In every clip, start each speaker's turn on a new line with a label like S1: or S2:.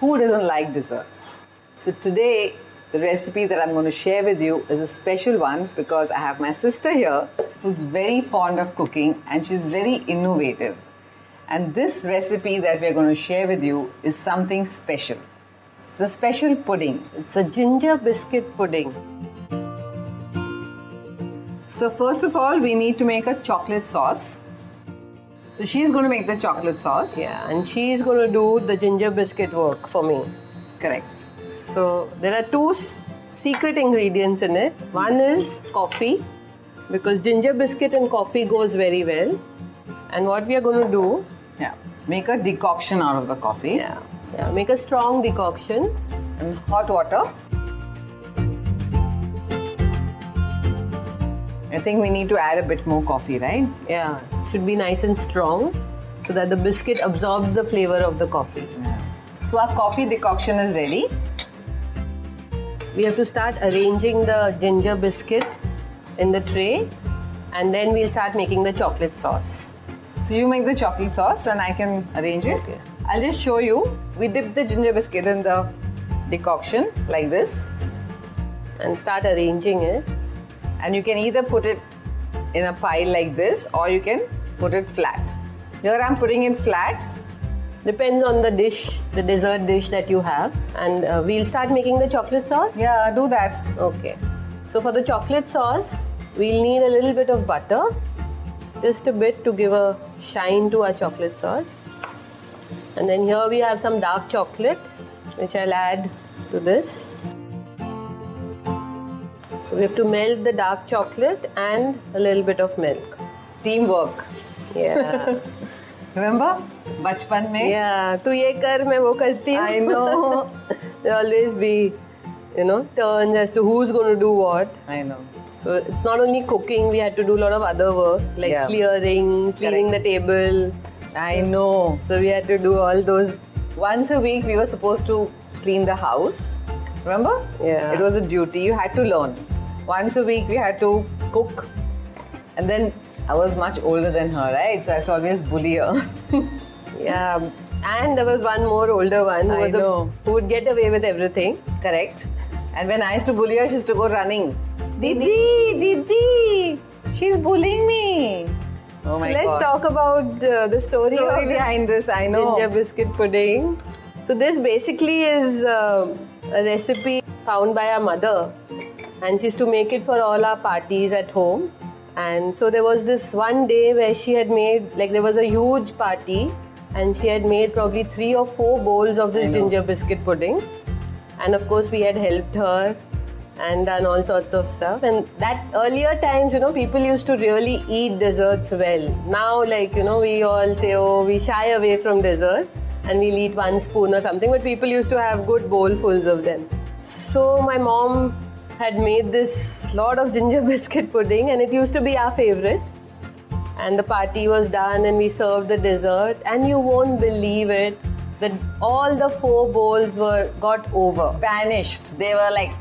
S1: Who doesn't like desserts? So today, the recipe that I'm going to share with you is a special one because I have my sister here who's very fond of cooking and she's very innovative. And this recipe that we're going to share with you is something special. It's a special pudding.
S2: It's a ginger biscuit pudding.
S1: So, first of all, we need to make a chocolate sauce. So, she's going to make the chocolate sauce.
S2: Yeah, and she's going to do the ginger biscuit work for me.
S1: Correct.
S2: So there are two s- secret ingredients in it. One is coffee because ginger biscuit and coffee goes very well. And what we are going to do,
S1: Yeah. Make a decoction out of the coffee.
S2: yeah, yeah, make a strong decoction.
S1: And hot water. I think we need to add a bit more coffee, right?
S2: Yeah, it should be nice and strong so that the biscuit absorbs the flavor of the coffee.
S1: So, our coffee decoction is ready.
S2: We have to start arranging the ginger biscuit in the tray and then we'll start making the chocolate sauce.
S1: So, you make the chocolate sauce and I can arrange it.
S2: Okay.
S1: I'll just show you. We dip the ginger biscuit in the decoction like this.
S2: And start arranging it.
S1: and you can either put it in a pile like this or you can put it flat. Here I'm putting it flat.
S2: Depends on the dish, the dessert dish that you have. And uh, we'll start making the chocolate sauce.
S1: Yeah, do that.
S2: Okay. So for the chocolate sauce, we'll need a little bit of butter. Just a bit to give a shine to our chocolate sauce. And then here we have some dark chocolate, which I'll add to this. So we have to melt the dark chocolate and a little bit of milk.
S1: Teamwork.
S2: Yeah.
S1: Remember? Bachpan mein?
S2: yeah. Tu ye kar, main wo karti hu.
S1: I know.
S2: There always be, you know, turns as to who's going to do what.
S1: I know.
S2: So it's not only cooking, we had to do a lot of other work like
S1: Yeah.
S2: clearing, cleaning the table.
S1: I know.
S2: So we had to do all those.
S1: Once a week we were supposed to clean the house. Remember?
S2: Yeah.
S1: It was a duty. You had to learn. Once a week we had to cook. And then I was much older than her, right? So I used to always bully her.
S2: Yeah. And there was one more older one who,
S1: I
S2: was a-
S1: know.
S2: who would get away with everything.
S1: Correct. And when I used to bully her, she used to go running. Didi, Didi, she's bullying me. Oh
S2: so
S1: my
S2: let's
S1: God.
S2: talk about uh, the story,
S1: Story
S2: of this
S1: behind this, I know.
S2: ginger biscuit pudding. So this basically is uh, a recipe found by our mother, and she used to make it for all our parties at home. And so there was this one day where she had made like there was a huge party, and she had made probably three or four bowls of
S1: I
S2: this
S1: know.
S2: ginger biscuit pudding, and of course we had helped her. And done all sorts of stuff. And that earlier times, you know, people used to really eat desserts well. Now, like, you know, we all say, oh, we shy away from desserts and we'll eat one spoon or something, but people used to have good bowlfuls of them. So my mom had made this lot of ginger biscuit pudding, and it used to be our favorite. And the party was done, and we served the dessert, and you won't believe it that all the four bowls were got over.
S1: Vanished. They were like.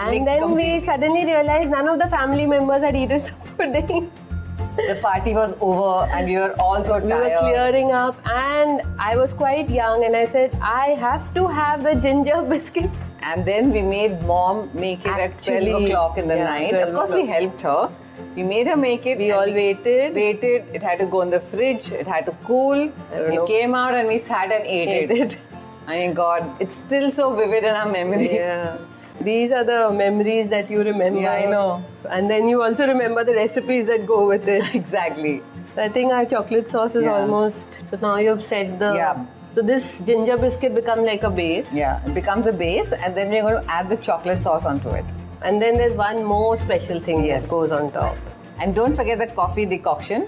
S2: And
S1: licked
S2: then
S1: completely.
S2: we suddenly realized none of the family members had eaten the pudding.
S1: The party was over, and we were all so tired.
S2: We were clearing up, and I was quite young, and I said, I have to have the ginger biscuit
S1: And then we made mom make it
S2: Actually,
S1: at 12 o'clock in the
S2: yeah,
S1: night. Of
S2: 12
S1: course, we
S2: o'clock.
S1: helped her. We made her make it.
S2: We
S1: and
S2: all waited.
S1: Waited. It had to go in the fridge. It had to cool.
S2: I don't
S1: It
S2: know.
S1: came out and we sat and ate,
S2: Ate it.
S1: I mean, God, it's still so vivid in our memory.
S2: Yeah. These are the memories that you remember.
S1: Yeah, I know.
S2: And then you also remember the recipes that go with it.
S1: Exactly.
S2: I think our chocolate sauce is
S1: Yeah.
S2: almost. So now you've said the.
S1: Yeah.
S2: So this ginger biscuit become like a base.
S1: Yeah, it becomes a base, and then we're going to add the chocolate sauce onto it.
S2: And then there's one more special thing
S1: Yes.
S2: that goes on top.
S1: And don't forget the coffee decoction.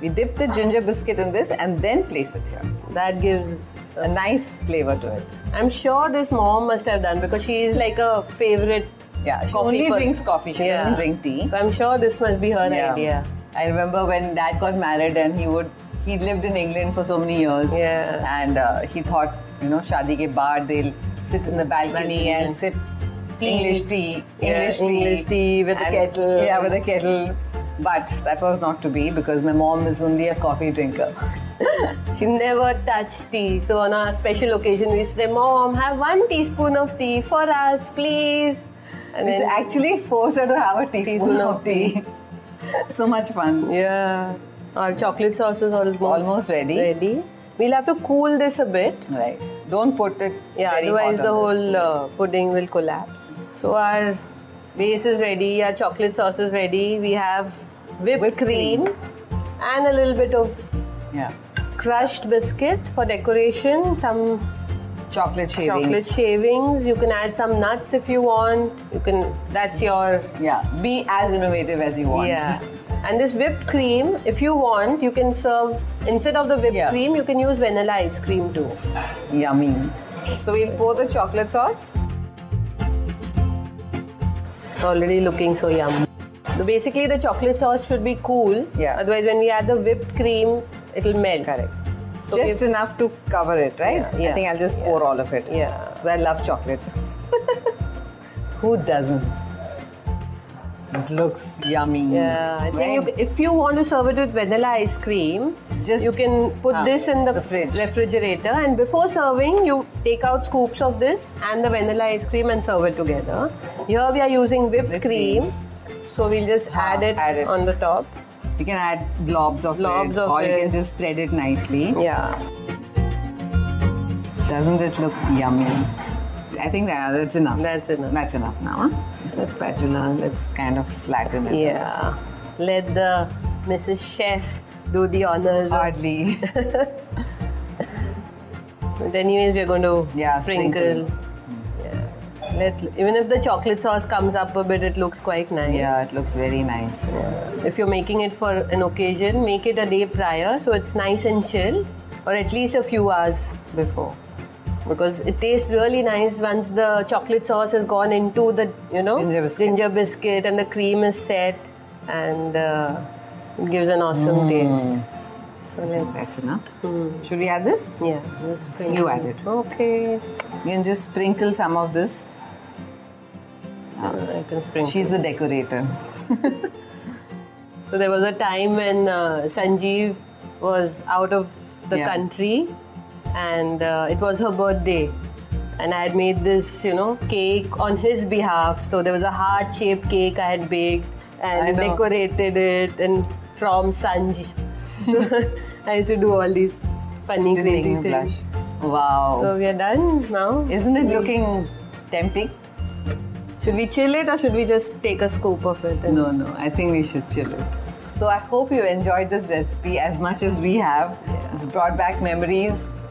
S1: We dip the ginger biscuit in this and then place it here.
S2: That gives.
S1: A nice flavor to it.
S2: I'm sure this mom must have done because she is like a favorite.
S1: Yeah, she
S2: coffee
S1: only
S2: person.
S1: drinks coffee. She
S2: Yeah.
S1: doesn't drink tea.
S2: So I'm sure this must be her
S1: Yeah.
S2: idea.
S1: I remember when dad got married and he would he lived in England for so many years.
S2: Yeah.
S1: And uh, he thought, you know, shadi ke baad they'll sit in the balcony,
S2: Balcony.
S1: and sip
S2: Tea.
S1: English tea,
S2: Yeah,
S1: English tea,
S2: English tea with a
S1: and-
S2: kettle.
S1: Yeah, with a kettle. But that was not to be because my mom is only a coffee drinker.
S2: She never touched tea. So on a special occasion, we say, "Mom, have one teaspoon of tea for us, please." And
S1: We used to actually force her to have a teaspoon,
S2: Teaspoon of
S1: of tea. so much fun.
S2: yeah, our chocolate sauce is almost
S1: Almost ready.
S2: Ready. We'll have to cool this a bit.
S1: Right. Don't put it.
S2: Yeah,
S1: very
S2: otherwise
S1: hot
S2: the
S1: on
S2: whole uh, pudding will collapse. So our base is ready, our chocolate sauce is ready. We have whipped,
S1: Whipped
S2: cream,
S1: cream.
S2: and a little bit of
S1: stove. Yeah.
S2: crushed biscuit for decoration. Some
S1: Chocolate shavings.
S2: chocolate shavings. You can add some nuts if you want. You can. That's your
S1: yeah. Be as innovative as you want.
S2: yeah. And this whipped cream, if you want, you can serve instead of the whipped
S1: Yeah.
S2: cream, you can use vanilla ice cream too.
S1: Yummy. So we'll pour the chocolate sauce.
S2: It's already looking so yum. So basically, the chocolate sauce should be cool.
S1: Yeah.
S2: Otherwise, when we add the whipped cream, it'll melt.
S1: Correct.
S2: So
S1: just
S2: if-
S1: enough to cover it, right?
S2: Yeah, yeah,
S1: I think I'll just pour all of it.
S2: Yeah.
S1: I love chocolate. Who doesn't? It looks yummy.
S2: Yeah, I think you,
S1: Right?
S2: if you want to serve it with vanilla ice cream,
S1: Just-
S2: you can put
S1: Ah,
S2: this in the,
S1: the fridge.
S2: refrigerator, and before serving, you take out scoops of this and the vanilla ice cream and serve it together. Here we are using whipped,
S1: Whipped
S2: cream, so we'll just
S1: Ah,
S2: add, it
S1: add it.
S2: on the top.
S1: You can add globs of
S2: Globs
S1: it,
S2: of
S1: or you
S2: it.
S1: can just spread it nicely.
S2: Yeah,
S1: Doesn't it look yummy? I think that, that's enough.
S2: That's enough.
S1: That's enough now. Huh? Use that spatula. Let's kind of flatten it. a bit.
S2: yeah. Let the Mrs. Chef do the honors.
S1: Hardly.
S2: But anyways, we're going to
S1: Yeah,
S2: sprinkle.
S1: sprinkle.
S2: Yeah. Let, even if the chocolate sauce comes up a bit, it looks quite nice.
S1: yeah, it looks very nice.
S2: If you're making it for an occasion, make it a day prior so it's nice and chill, or at least a few hours before. Because it tastes really nice once the chocolate sauce has gone into the you know
S1: Ginger biscuits.
S2: ginger biscuit and the cream is set, and uh, it gives an awesome taste. So let's
S1: Mm. That's enough. Should we add this?
S2: yeah, just sprinkle.
S1: You add it.
S2: Okay,
S1: You can just sprinkle some of this.
S2: I can sprinkle.
S1: She's the decorator.
S2: So there was a time when uh, Sanjeev was out of the
S1: Yeah.
S2: country, and uh, it was her birthday, and I had made this, you know, cake on his behalf. So there was a heart-shaped cake I had baked and
S1: I know.
S2: decorated it, and from Sanjeev. So I used to do all these funny,
S1: This is
S2: crazy
S1: making me
S2: things.
S1: blush. Wow.
S2: So we are done now.
S1: Isn't it looking tempting?
S2: Should we chill it or should we just take a scoop of it? and-
S1: No, no. I think we should chill it. So I hope you enjoyed this recipe as much as we have. It's brought back memories